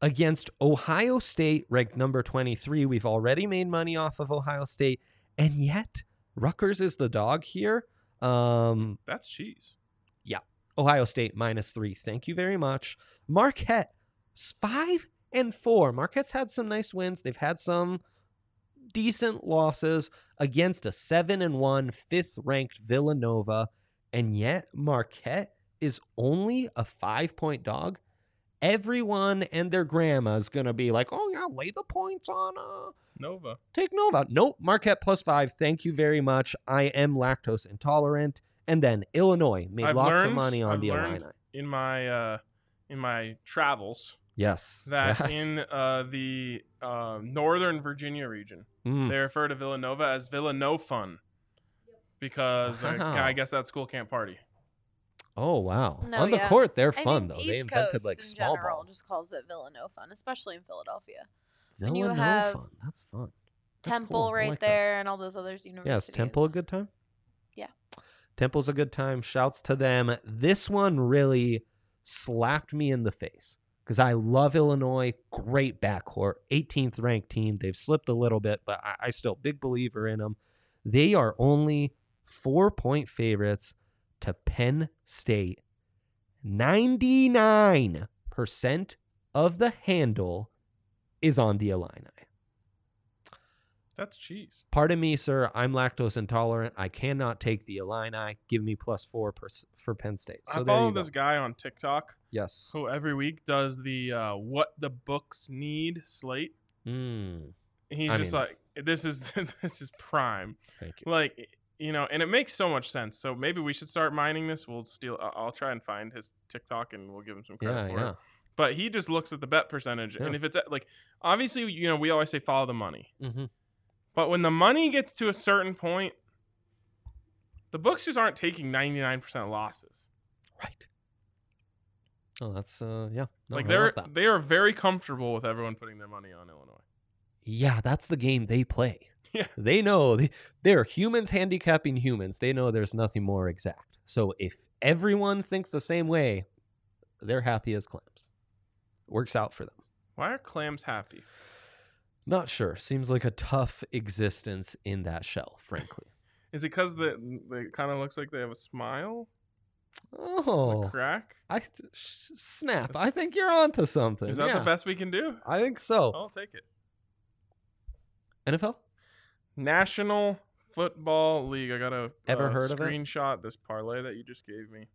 B: against Ohio State, ranked number twenty three. We've already made money off of Ohio State, and yet Rutgers is the dog here. Um,
A: That's cheese.
B: Ohio State minus three. Thank you very much. Marquette s- five and four. Marquette's had some nice wins. They've had some decent losses against a seven and one fifth ranked Villanova, and yet Marquette is only a five point dog. Everyone and their grandma is gonna be like, "Oh yeah, lay the points on uh,
A: Nova.
B: take Nova. Nope, Marquette plus five. Thank you very much. I am lactose intolerant. And then Illinois made
A: I've
B: lots of
A: learned-
B: money on
A: I've
B: the
A: learned-
B: Illini.
A: In my uh, in my travels,
B: Yes.
A: that
B: Yes.
A: in uh, the uh, northern Virginia region,
B: Mm.
A: They refer to Villanova as Villanofun because uh,
B: Wow.
A: I guess that school can't party.
B: Oh wow.
C: No,
B: on the
C: yeah.
B: court, they're
C: I
B: fun
C: think
B: though.
C: East
B: they invented
C: Coast
B: like
C: in
B: small
C: general
B: ball.
C: just calls it Villanova, and especially in Philadelphia. and you
B: Villanova.
C: have
B: fun. That's fun. That's
C: Temple
B: cool. I
C: right
B: like that.
C: there, and all those other
B: Yes,
C: universities.
B: Temple a good time?
C: Yeah.
B: Temple's a good time. Shouts to them. This one really slapped me in the face because I love Illinois. Great backcourt. 18th ranked team. They've slipped a little bit, but I, I still big believer in them. They are only four point favorites to Penn State. 99% of the handle is on the Illini.
A: That's cheese.
B: Pardon me, sir. I'm lactose intolerant. I cannot take the Illini. Give me plus four per, for Penn State. So
A: I
B: there you
A: follow
B: go.
A: this guy on TikTok
B: Yes.
A: who every week does the uh, "What the Books Need" slate.
B: Mm,
A: And he's
B: I
A: just
B: mean-
A: like, "This is this is prime."
B: thank you.
A: Like you know, and it makes so much sense. So maybe we should start mining this. We'll steal. I- I'll try and find his TikTok and we'll give him some credit
B: Yeah,
A: for
B: yeah.
A: it. But he just looks at the bet percentage,
B: Yeah.
A: and if it's at, like obviously, you know, we always say follow the money.
B: Mm-hmm.
A: But when the money gets to a certain point, the books just aren't taking 99% losses.
B: Right. Oh, that's uh, yeah. No,
A: like
B: I love
A: they're
B: that.
A: they are very comfortable with everyone putting their money on Illinois.
B: yeah, that's the game they play.
A: Yeah.
B: They know they, they're humans handicapping humans. They know there's nothing more exact. So if everyone thinks the same way, they're happy as clams. Works out for them.
A: Why are clams happy?
B: Not sure. Seems like a tough existence in that shell, frankly.
A: Is it because the they kind of looks like they have a smile?
B: Oh,
A: A crack?
B: I th- sh- snap!
A: That's-
B: I think you're onto something.
A: Is that
B: yeah.
A: the best Oh. we can do?
B: I think so.
A: I'll take it.
B: NFL.
A: National Football League. I got a
B: Ever
A: uh,
B: heard of it?
A: screenshot this parlay that you just gave me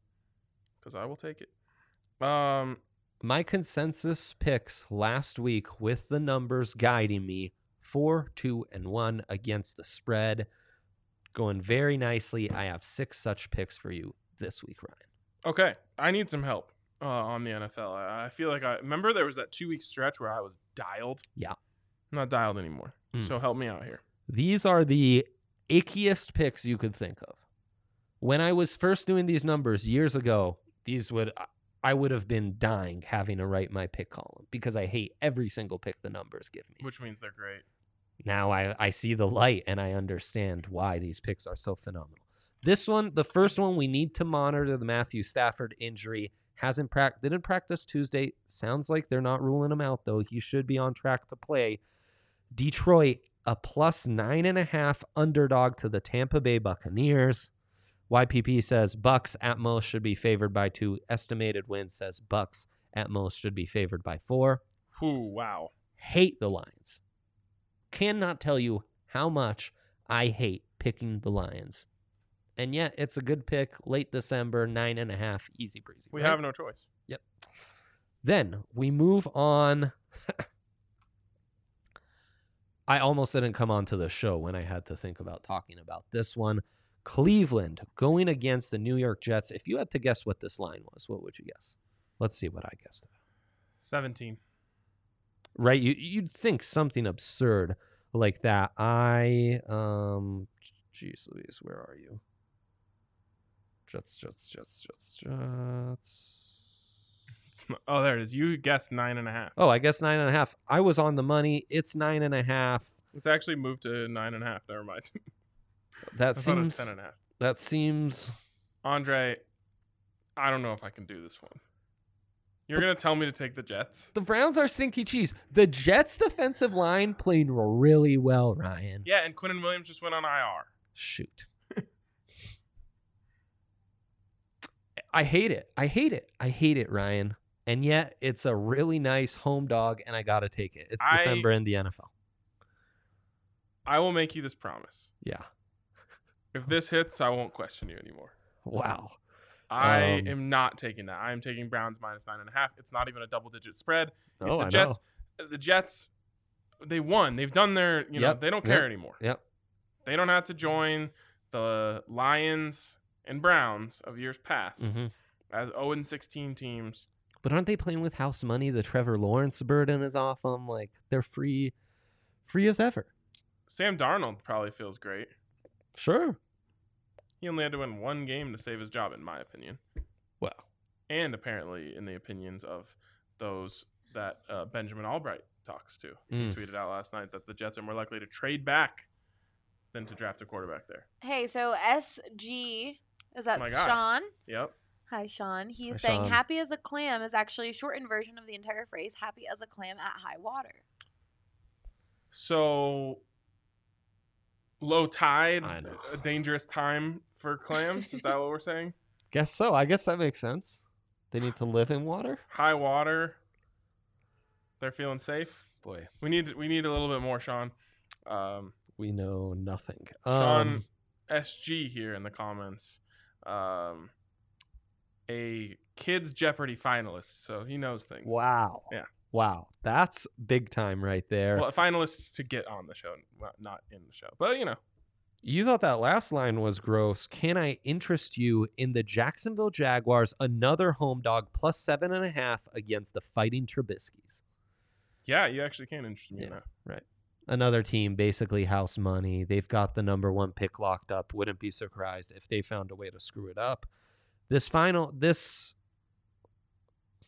A: because I will take it. Um,
B: My consensus picks last week, with the numbers guiding me, four, two, and one against the spread, going very nicely. I have six such picks for you. this week, Ryan?
A: Okay, I need some help uh, on the NFL. I I feel like I remember there was that two week stretch where I was dialed.
B: Yeah.
A: I'm not dialed anymore.
B: Mm.
A: So help me out here.
B: These are the ickiest picks you could think of. When I was first doing these numbers years ago, these would I would have been dying having to write my pick column because I hate every single pick the numbers give me.
A: Which means they're great.
B: Now I, I see the light and I understand why these picks are so phenomenal. This one, the first one, we need to monitor the Matthew Stafford injury. Hasn't prac didn't practice Tuesday. Sounds like they're not ruling him out though. He should be on track to play. Detroit, a plus nine and a half underdog to the Tampa Bay Buccaneers. YPP says Bucks at most should be favored by two. Estimated win says Bucks at most should be favored by four
A: Whew, wow.
B: hate the Lions. Cannot tell you how much I hate picking the Lions. And yet, it's a good pick. Late December, nine and a half, easy breezy.
A: We
B: right?
A: have no choice.
B: Then we move on. I almost didn't come onto the show when I had to think about talking about this one. Cleveland going against the New York Jets. If you had to guess what this line was, what would you guess? Let's see what I guessed.
A: 17.
B: right you you'd think something absurd like that i um jeez louise where are you jets jets jets jets jets
A: Oh, there it is. You guessed nine and a half.
B: oh i guess nine and a half i was on the money it's nine and a half
A: It's actually moved to nine and a half. Never mind.
B: that
A: I thought it was
B: seems
A: ten and a half.
B: that seems
A: Andre, I don't know if I can do this one. You're going to tell me to take the Jets?
B: the browns are stinky cheese the jets defensive line played really well ryan
A: Yeah, and Quinnen Williams just went on IR.
B: shoot i hate it i hate it i hate it ryan and yet it's a really nice home dog and i gotta take it it's
A: I-
B: december in the nfl
A: I will make you this promise.
B: yeah
A: If this hits, I won't question you anymore.
B: wow
A: I
B: Um,
A: am not taking that. I am taking Browns minus nine and a half. It's not even a double digit spread.
B: Oh,
A: it's
B: I
A: the Jets. The Jets, they won. They've done their, you know,
B: Yep,
A: they don't
B: yep,
A: care anymore.
B: yep.
A: They don't have to join the Lions and Browns of years past
B: Mhm.
A: as 0 and 16 teams.
B: but aren't they playing with house money the trevor lawrence burden is off them like they're free free as ever
A: Sam Darnold probably feels great.
B: sure
A: He only had to win one game to save his job, in my opinion.
B: Wow.
A: And apparently, in the opinions of those that uh, Benjamin Albright talks to, He
B: Mm.
A: tweeted out last night that the Jets are more likely to trade back than to draft a quarterback there.
C: Hey, so SG is that
A: my guy.
C: Sean?
A: Yep.
C: Hi, Sean. He's
B: Hi,
C: saying
B: Sean.
C: happy as a clam is actually a shortened version of the entire phrase happy as a clam at high water.
A: So low tide,
B: I know.
A: a dangerous time for clams. is that what we're saying?
B: guess so i guess that makes sense they need to live in water
A: High water. They're feeling safe.
B: boy
A: We need we need a little bit more, Sean. Um,
B: we know nothing
A: Sean
B: Um,
A: SG here in the comments. Um, a kids Jeopardy finalist, so he knows things.
B: Wow.
A: Yeah.
B: Wow. That's big time right there.
A: Well, a finalist to get on the show, not- not in the show, but you know,
B: you thought that last line was gross. Can I interest you in the Jacksonville Jaguars, another home dog, plus seven and a half against the Fighting Trubisky's?
A: yeah, you actually can interest me in
B: Yeah.
A: that.
B: Another team, basically house money. They've got the number one pick locked up. Wouldn't be surprised if they found a way to screw it up. This final, this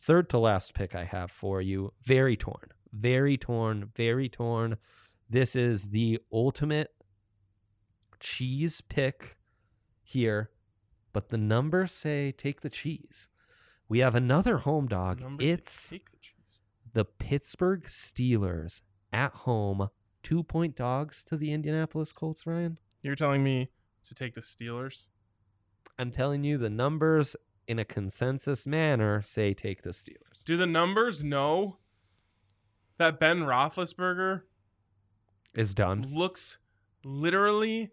B: third to last pick I have for you, very torn, very torn, very torn. This is the ultimate cheese pick here, but the numbers say take the cheese. We have another home dog.
A: Numbers, they
B: it's
A: take the cheese.
B: the Pittsburgh Steelers at home, two point dogs to the Indianapolis Colts, Ryan.
A: You're telling me to take the Steelers?
B: I'm telling you, the numbers in a consensus manner say take the Steelers.
A: Do the numbers know that Ben Roethlisberger
B: Is done.
A: looks literally?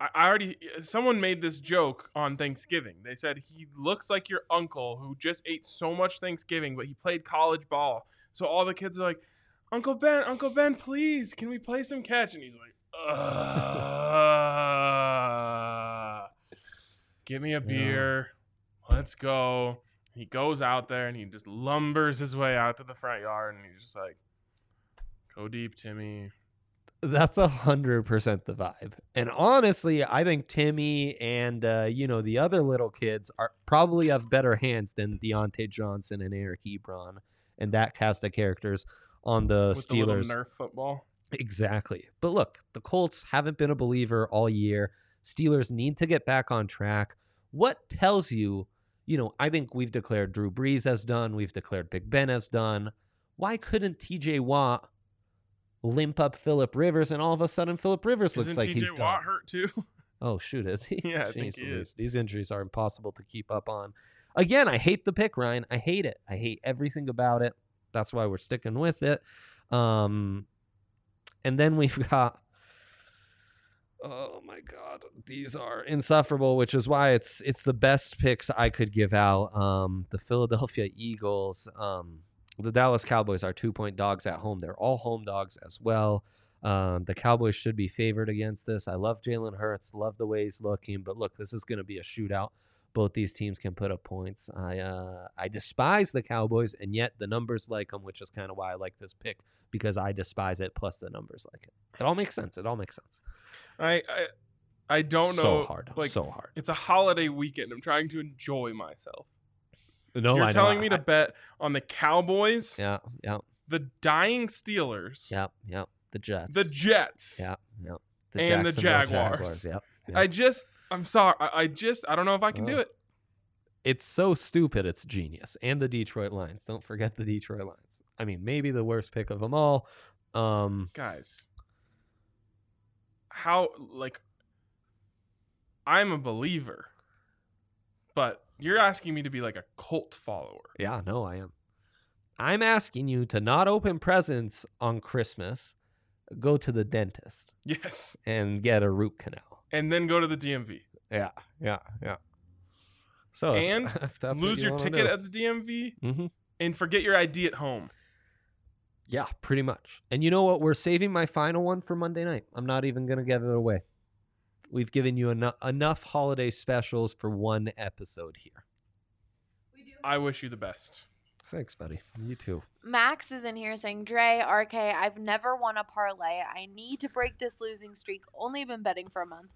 A: I, I already. Someone made this joke on Thanksgiving. They said he looks like your uncle who just ate so much Thanksgiving, but he played college ball. So all the kids are like, "Uncle Ben, Uncle Ben, please, can we play some catch?" And he's like, "Ugh." Get me a
B: Yeah.
A: beer. Let's go. He goes out there and he just lumbers his way out to the front yard and he's just like, go deep, Timmy.
B: That's a hundred percent the vibe. And honestly, I think Timmy and uh, you know the other little kids are probably have better hands than Deontay Johnson and Eric Ebron and that cast of characters on the
A: with the little
B: Steelers.
A: Nerf football.
B: Exactly. But look, the Colts haven't been a believer all year. Steelers need to get back on track. What tells you, you know, I think we've declared Drew Brees as done, we've declared Big Ben as done. Why couldn't TJ Watt limp up Philip Rivers and all of a sudden Philip Rivers looks
A: Isn't
B: like
A: TJ
B: he's
A: Watt
B: done?
A: hurt too?
B: Oh shoot, is he?
A: Yeah, I think
B: Jeez
A: he
B: Louise, These injuries are impossible to keep up on. Again, I hate the pick, Ryan. I hate it. I hate everything about it. That's why we're sticking with it. Um, and then we've got. Oh my God, these are insufferable, which is why it's it's the best picks I could give out. Um, the Philadelphia Eagles, um, the Dallas Cowboys are two point dogs at home. They're all home dogs as well. Um, the Cowboys should be favored against this. I love Jalen Hurts, love the way he's looking, but look, this is going to be a shootout. Both these teams can put up points. I uh, I despise the Cowboys, and yet the numbers like them, which is kind of why I like this pick because I despise it. Plus the numbers like it. It all makes sense. It all makes sense.
A: I, I I don't
B: So
A: know.
B: hard.
A: Like
B: so hard.
A: it's a holiday weekend. I'm trying to enjoy myself.
B: No,
A: You're
B: Oh, I know.
A: telling
B: I-
A: me to bet on the Cowboys,
B: Yeah, yeah,
A: the dying Steelers,
B: yeah, yeah. The Jets.
A: the Jets.
B: yeah, yeah.
A: and the
B: Jacksonville
A: Jaguars.
B: Yep. Yeah.
A: I just I'm sorry. I, I just I don't know if I can do
B: Oh.
A: it.
B: it's so stupid it's genius and the detroit lions don't forget the detroit lions i mean maybe the worst pick of them all um
A: Guys. How like I'm a believer, but you're asking me to be like a cult follower.
B: yeah no i am i'm asking you to not open presents on christmas go to the dentist
A: Yes.
B: and get a root canal
A: And then go to the DMV.
B: yeah yeah yeah so if-
A: And
B: if that's what
A: Lose
B: you
A: your
B: wanna
A: ticket
B: do.
A: at the DMV
B: Mhm.
A: and forget your ID at home.
B: Yeah, pretty much. And you know what? We're saving my final one for Monday night. I'm not even going to give it away. We've given you eno- enough holiday specials for one episode here.
A: I wish you the best.
B: Thanks, buddy. You too.
C: Max is in here saying, Dre, RK, I've never won a parlay. I need to break this losing streak. Only been betting for a month.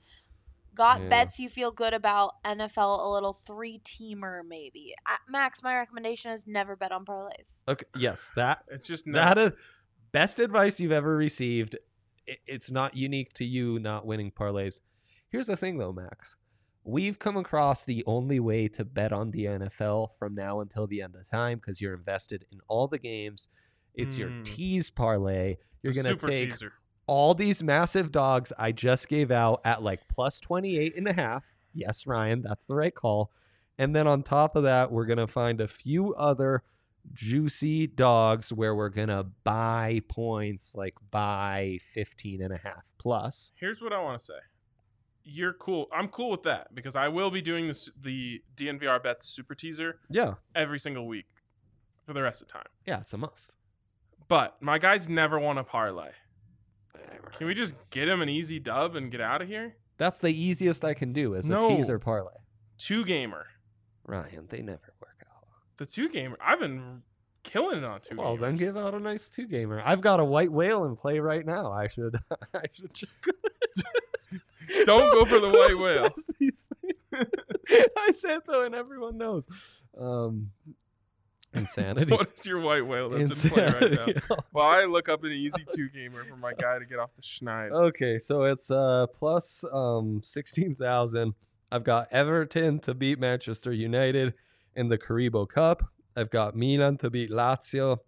C: Got
B: Yeah.
C: bets you feel good about. NFL, a little three teamer, maybe. Uh, Max, my recommendation is never bet on parlays.
B: Okay. Yes, that
A: It's just not.
B: that is best advice you've ever received. I- It's not unique to you not winning parlays. Here's the thing, though, Max. We've come across the only way to bet on the NFL from now until the end of time because you're invested in all the games. It's your
A: Mm.
B: tease parlay. You're
A: the
B: going to
A: super
B: take
A: teaser.
B: all these massive dogs I just gave out at like plus 28 and a half. Yes, Ryan, that's the right call. And then on top of that, we're going to find a few other juicy dogs where we're going to buy points like buy 15 and a half plus.
A: Here's what I want to say. You're cool. I'm cool with that because I will be doing this the DNVR bets super teaser
B: Yeah.
A: every single week for the rest of time.
B: Yeah, it's a must.
A: But my guys never want to parlay. Can we just get him an easy dub and get out of here?
B: That's the easiest I can do is
A: No.
B: a teaser parlay.
A: Two gamer.
B: Ryan, they never work out.
A: The two gamer. I've been killing it on two.
B: Well, then
A: gamers.
B: give out a nice two gamer. I've got a white whale in play right now. I should, I should check on it.
A: Don't go for the white
B: Who
A: whale.
B: says these things? I say it though, and everyone knows. Um, insanity.
A: What is your white whale that's in play right now?
B: Insanity.
A: Well, I look up an easy two gamer for my guy to get off the schneid.
B: okay, so it's uh plus um sixteen thousand. I've got Everton to beat Manchester United in the Caribo Cup. I've got Milan to beat Lazio.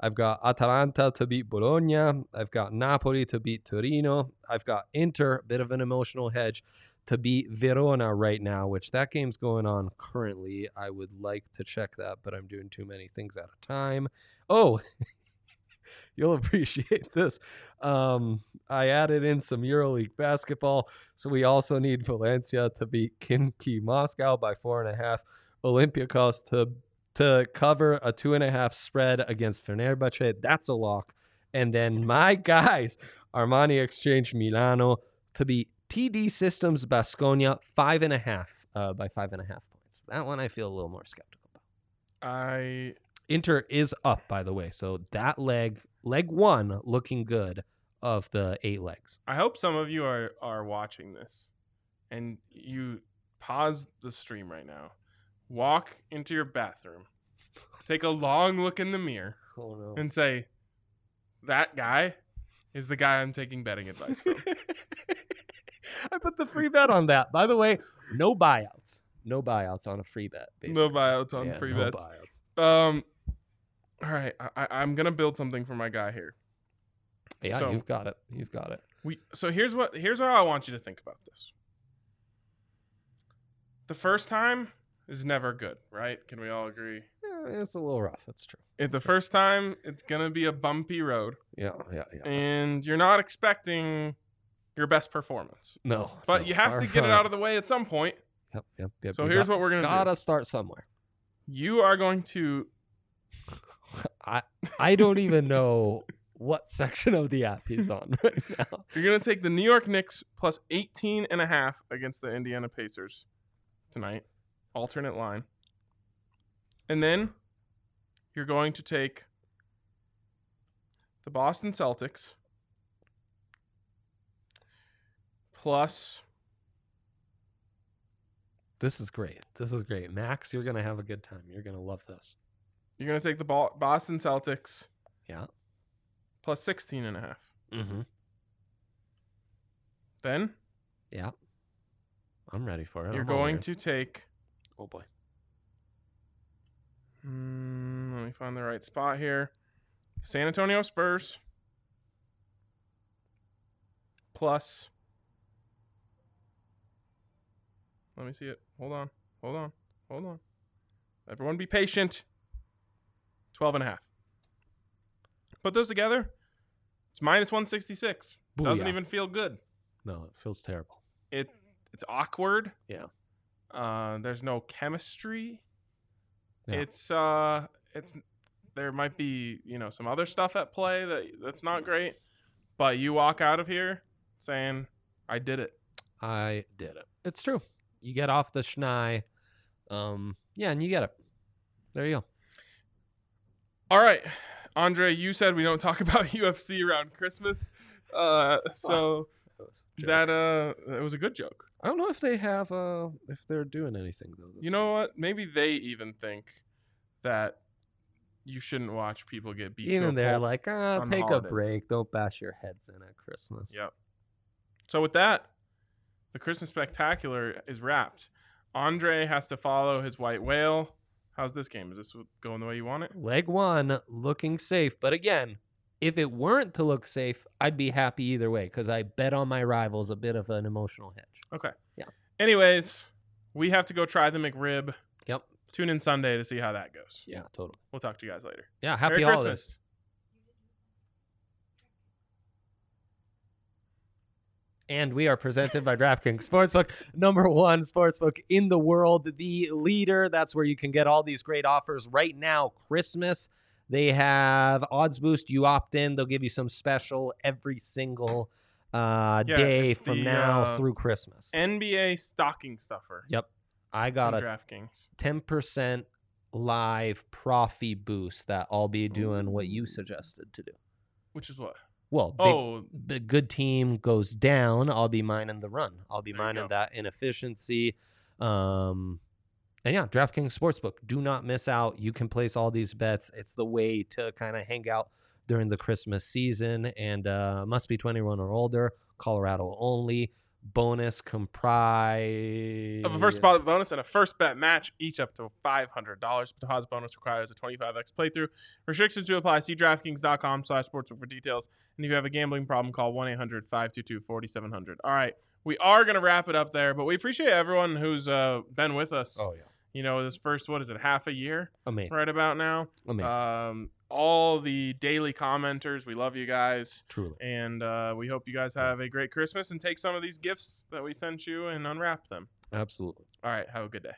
B: I've got Atalanta to beat Bologna. I've got Napoli to beat Torino. I've got Inter, bit of an emotional hedge, to beat Verona right now, which that game's going on currently. I would like to check that, but I'm doing too many things at a time. Oh, you'll appreciate this. Um, I added in some EuroLeague basketball, so we also need Valencia to beat Kimki Moscow by four and a half. Olympiacos to to cover a two and a half spread against Fenerbahce. That's a lock. And then my guys, Armani Exchange Milano to beat TD Systems Basconia five and a half uh, by five and a half points. That one I feel a little more skeptical about.
A: I
B: Inter is up, by the way. So that leg, leg one, looking good of the eight legs.
A: I hope some of you are are watching this, and you pause the stream right now, walk into your bathroom, take a long look in the mirror,
B: Oh no!
A: and say, "That guy is the guy I'm taking betting advice from."
B: I put the free bet on that. By the way, no buyouts. No buyouts on a free bet.
A: no buyouts on
B: Yeah,
A: free
B: no
A: bets.
B: buyouts.
A: Um, all right, I, I, I'm gonna build something for my guy here.
B: Yeah,
A: So-
B: you've got it. You've got it.
A: We so here's what here's how I want you to think about this. The first time is never good, right? Can we all agree?
B: Yeah, it's a little rough. That's true.
A: If the first time it's gonna be a bumpy road,
B: Yeah, yeah, yeah.
A: and you're not expecting your best performance,
B: no,
A: but
B: no,
A: you have
B: far
A: to get it
B: from
A: out of the way at some point.
B: Yep, yep, yep.
A: So
B: we
A: here's
B: got,
A: what we're gonna
B: gotta
A: do.
B: start somewhere.
A: You are going to
B: I I don't even know what section of the app he's on right now.
A: you're gonna take the New York Knicks plus 18 and a half against the Indiana Pacers tonight, alternate line, and then you're going to take the Boston Celtics plus
B: This is great. This is great, Max. You're gonna have a good time. You're gonna love this.
A: you're gonna take the Bo- Boston Celtics
B: Yeah.
A: plus 16 and a half.
B: Mm-hmm.
A: Then
B: Yeah. I'm ready for it.
A: you're
B: I'm all
A: going
B: ears.
A: to take.
B: Oh boy.
A: Mm, let me find the right spot here. San Antonio Spurs plus. Let me see it. Hold on. Hold on. Hold on. Everyone be patient. 12 and a half. Put those together. It's minus 166. Doesn't
B: Booyah.
A: even feel good.
B: No, it feels terrible.
A: It it's awkward.
B: Yeah.
A: Uh, there's no chemistry.
B: Yeah.
A: It's uh, it's there might be you know some other stuff at play that that's not great, but you walk out of here saying, "I did it."
B: I did it. It's true. You get off the schnai. Um, yeah, and you get it. There you go.
A: All right, Andre, you said we don't talk about UFC around Christmas, uh, so that uh, it was a good joke.
B: I don't know if they have uh if they're doing anything though.
A: You know what? Maybe they even think that you shouldn't watch people get beat. to a
B: even they're
A: pulp.
B: like, ah,
A: on
B: take
A: holidays.
B: a break. Don't bash your heads in at Christmas.
A: Yep. So with that, the Christmas spectacular is wrapped. Andre has to follow his white whale. How's this game? Is this going the way you want it?
B: Leg one looking safe, but again, if it weren't to look safe, I'd be happy either way because I bet on my rivals a bit of an emotional hedge.
A: Okay.
B: Yeah.
A: Anyways, we have to go try the McRib.
B: Yep.
A: Tune in Sunday to see how that goes.
B: Yeah, totally.
A: We'll talk to you guys later.
B: Yeah, happy
A: Merry
B: holidays.
A: Christmas.
B: And we are presented by DraftKings Sportsbook, number one sportsbook in the world, the leader. That's where you can get all these great offers right now. Christmas, they have odds boost. You opt in, they'll give you some special every single uh,
A: Yeah,
B: day
A: it's
B: from
A: the,
B: now
A: uh,
B: through Christmas.
A: NBA stocking stuffer.
B: yep. I
A: from
B: got a
A: DraftKings.
B: 10% live profi boost that I'll be doing what you suggested to do.
A: Which is what?
B: Well, big,
A: Oh,
B: the good team goes down, I'll be mining the run. I'll be
A: There you
B: mining
A: go.
B: that inefficiency. Um, and yeah, DraftKings Sportsbook. Do not miss out. You can place all these bets. It's the way to kind of hang out during the Christmas season and uh, must be 21 or older, Colorado only. Bonus comprise
A: of a first spot bonus and a first bet match, each up to $500. Deposit bonus requires a 25x playthrough. Restrictions to apply. See DraftKings.com slash sportsbook for details. And if you have a gambling problem, call 1-800-522-4700. All right. We are going to wrap it up there, but we appreciate everyone who's uh, been with us,
B: Oh yeah,
A: you know, this first, what is it, half a year
B: amazing,
A: right about now.
B: amazing,
A: Um, all the daily commenters, we love you guys.
B: truly.
A: And uh, we hope you guys have a great Christmas and take some of these gifts that we sent you and unwrap them.
B: Absolutely.
A: All right. Have a good day.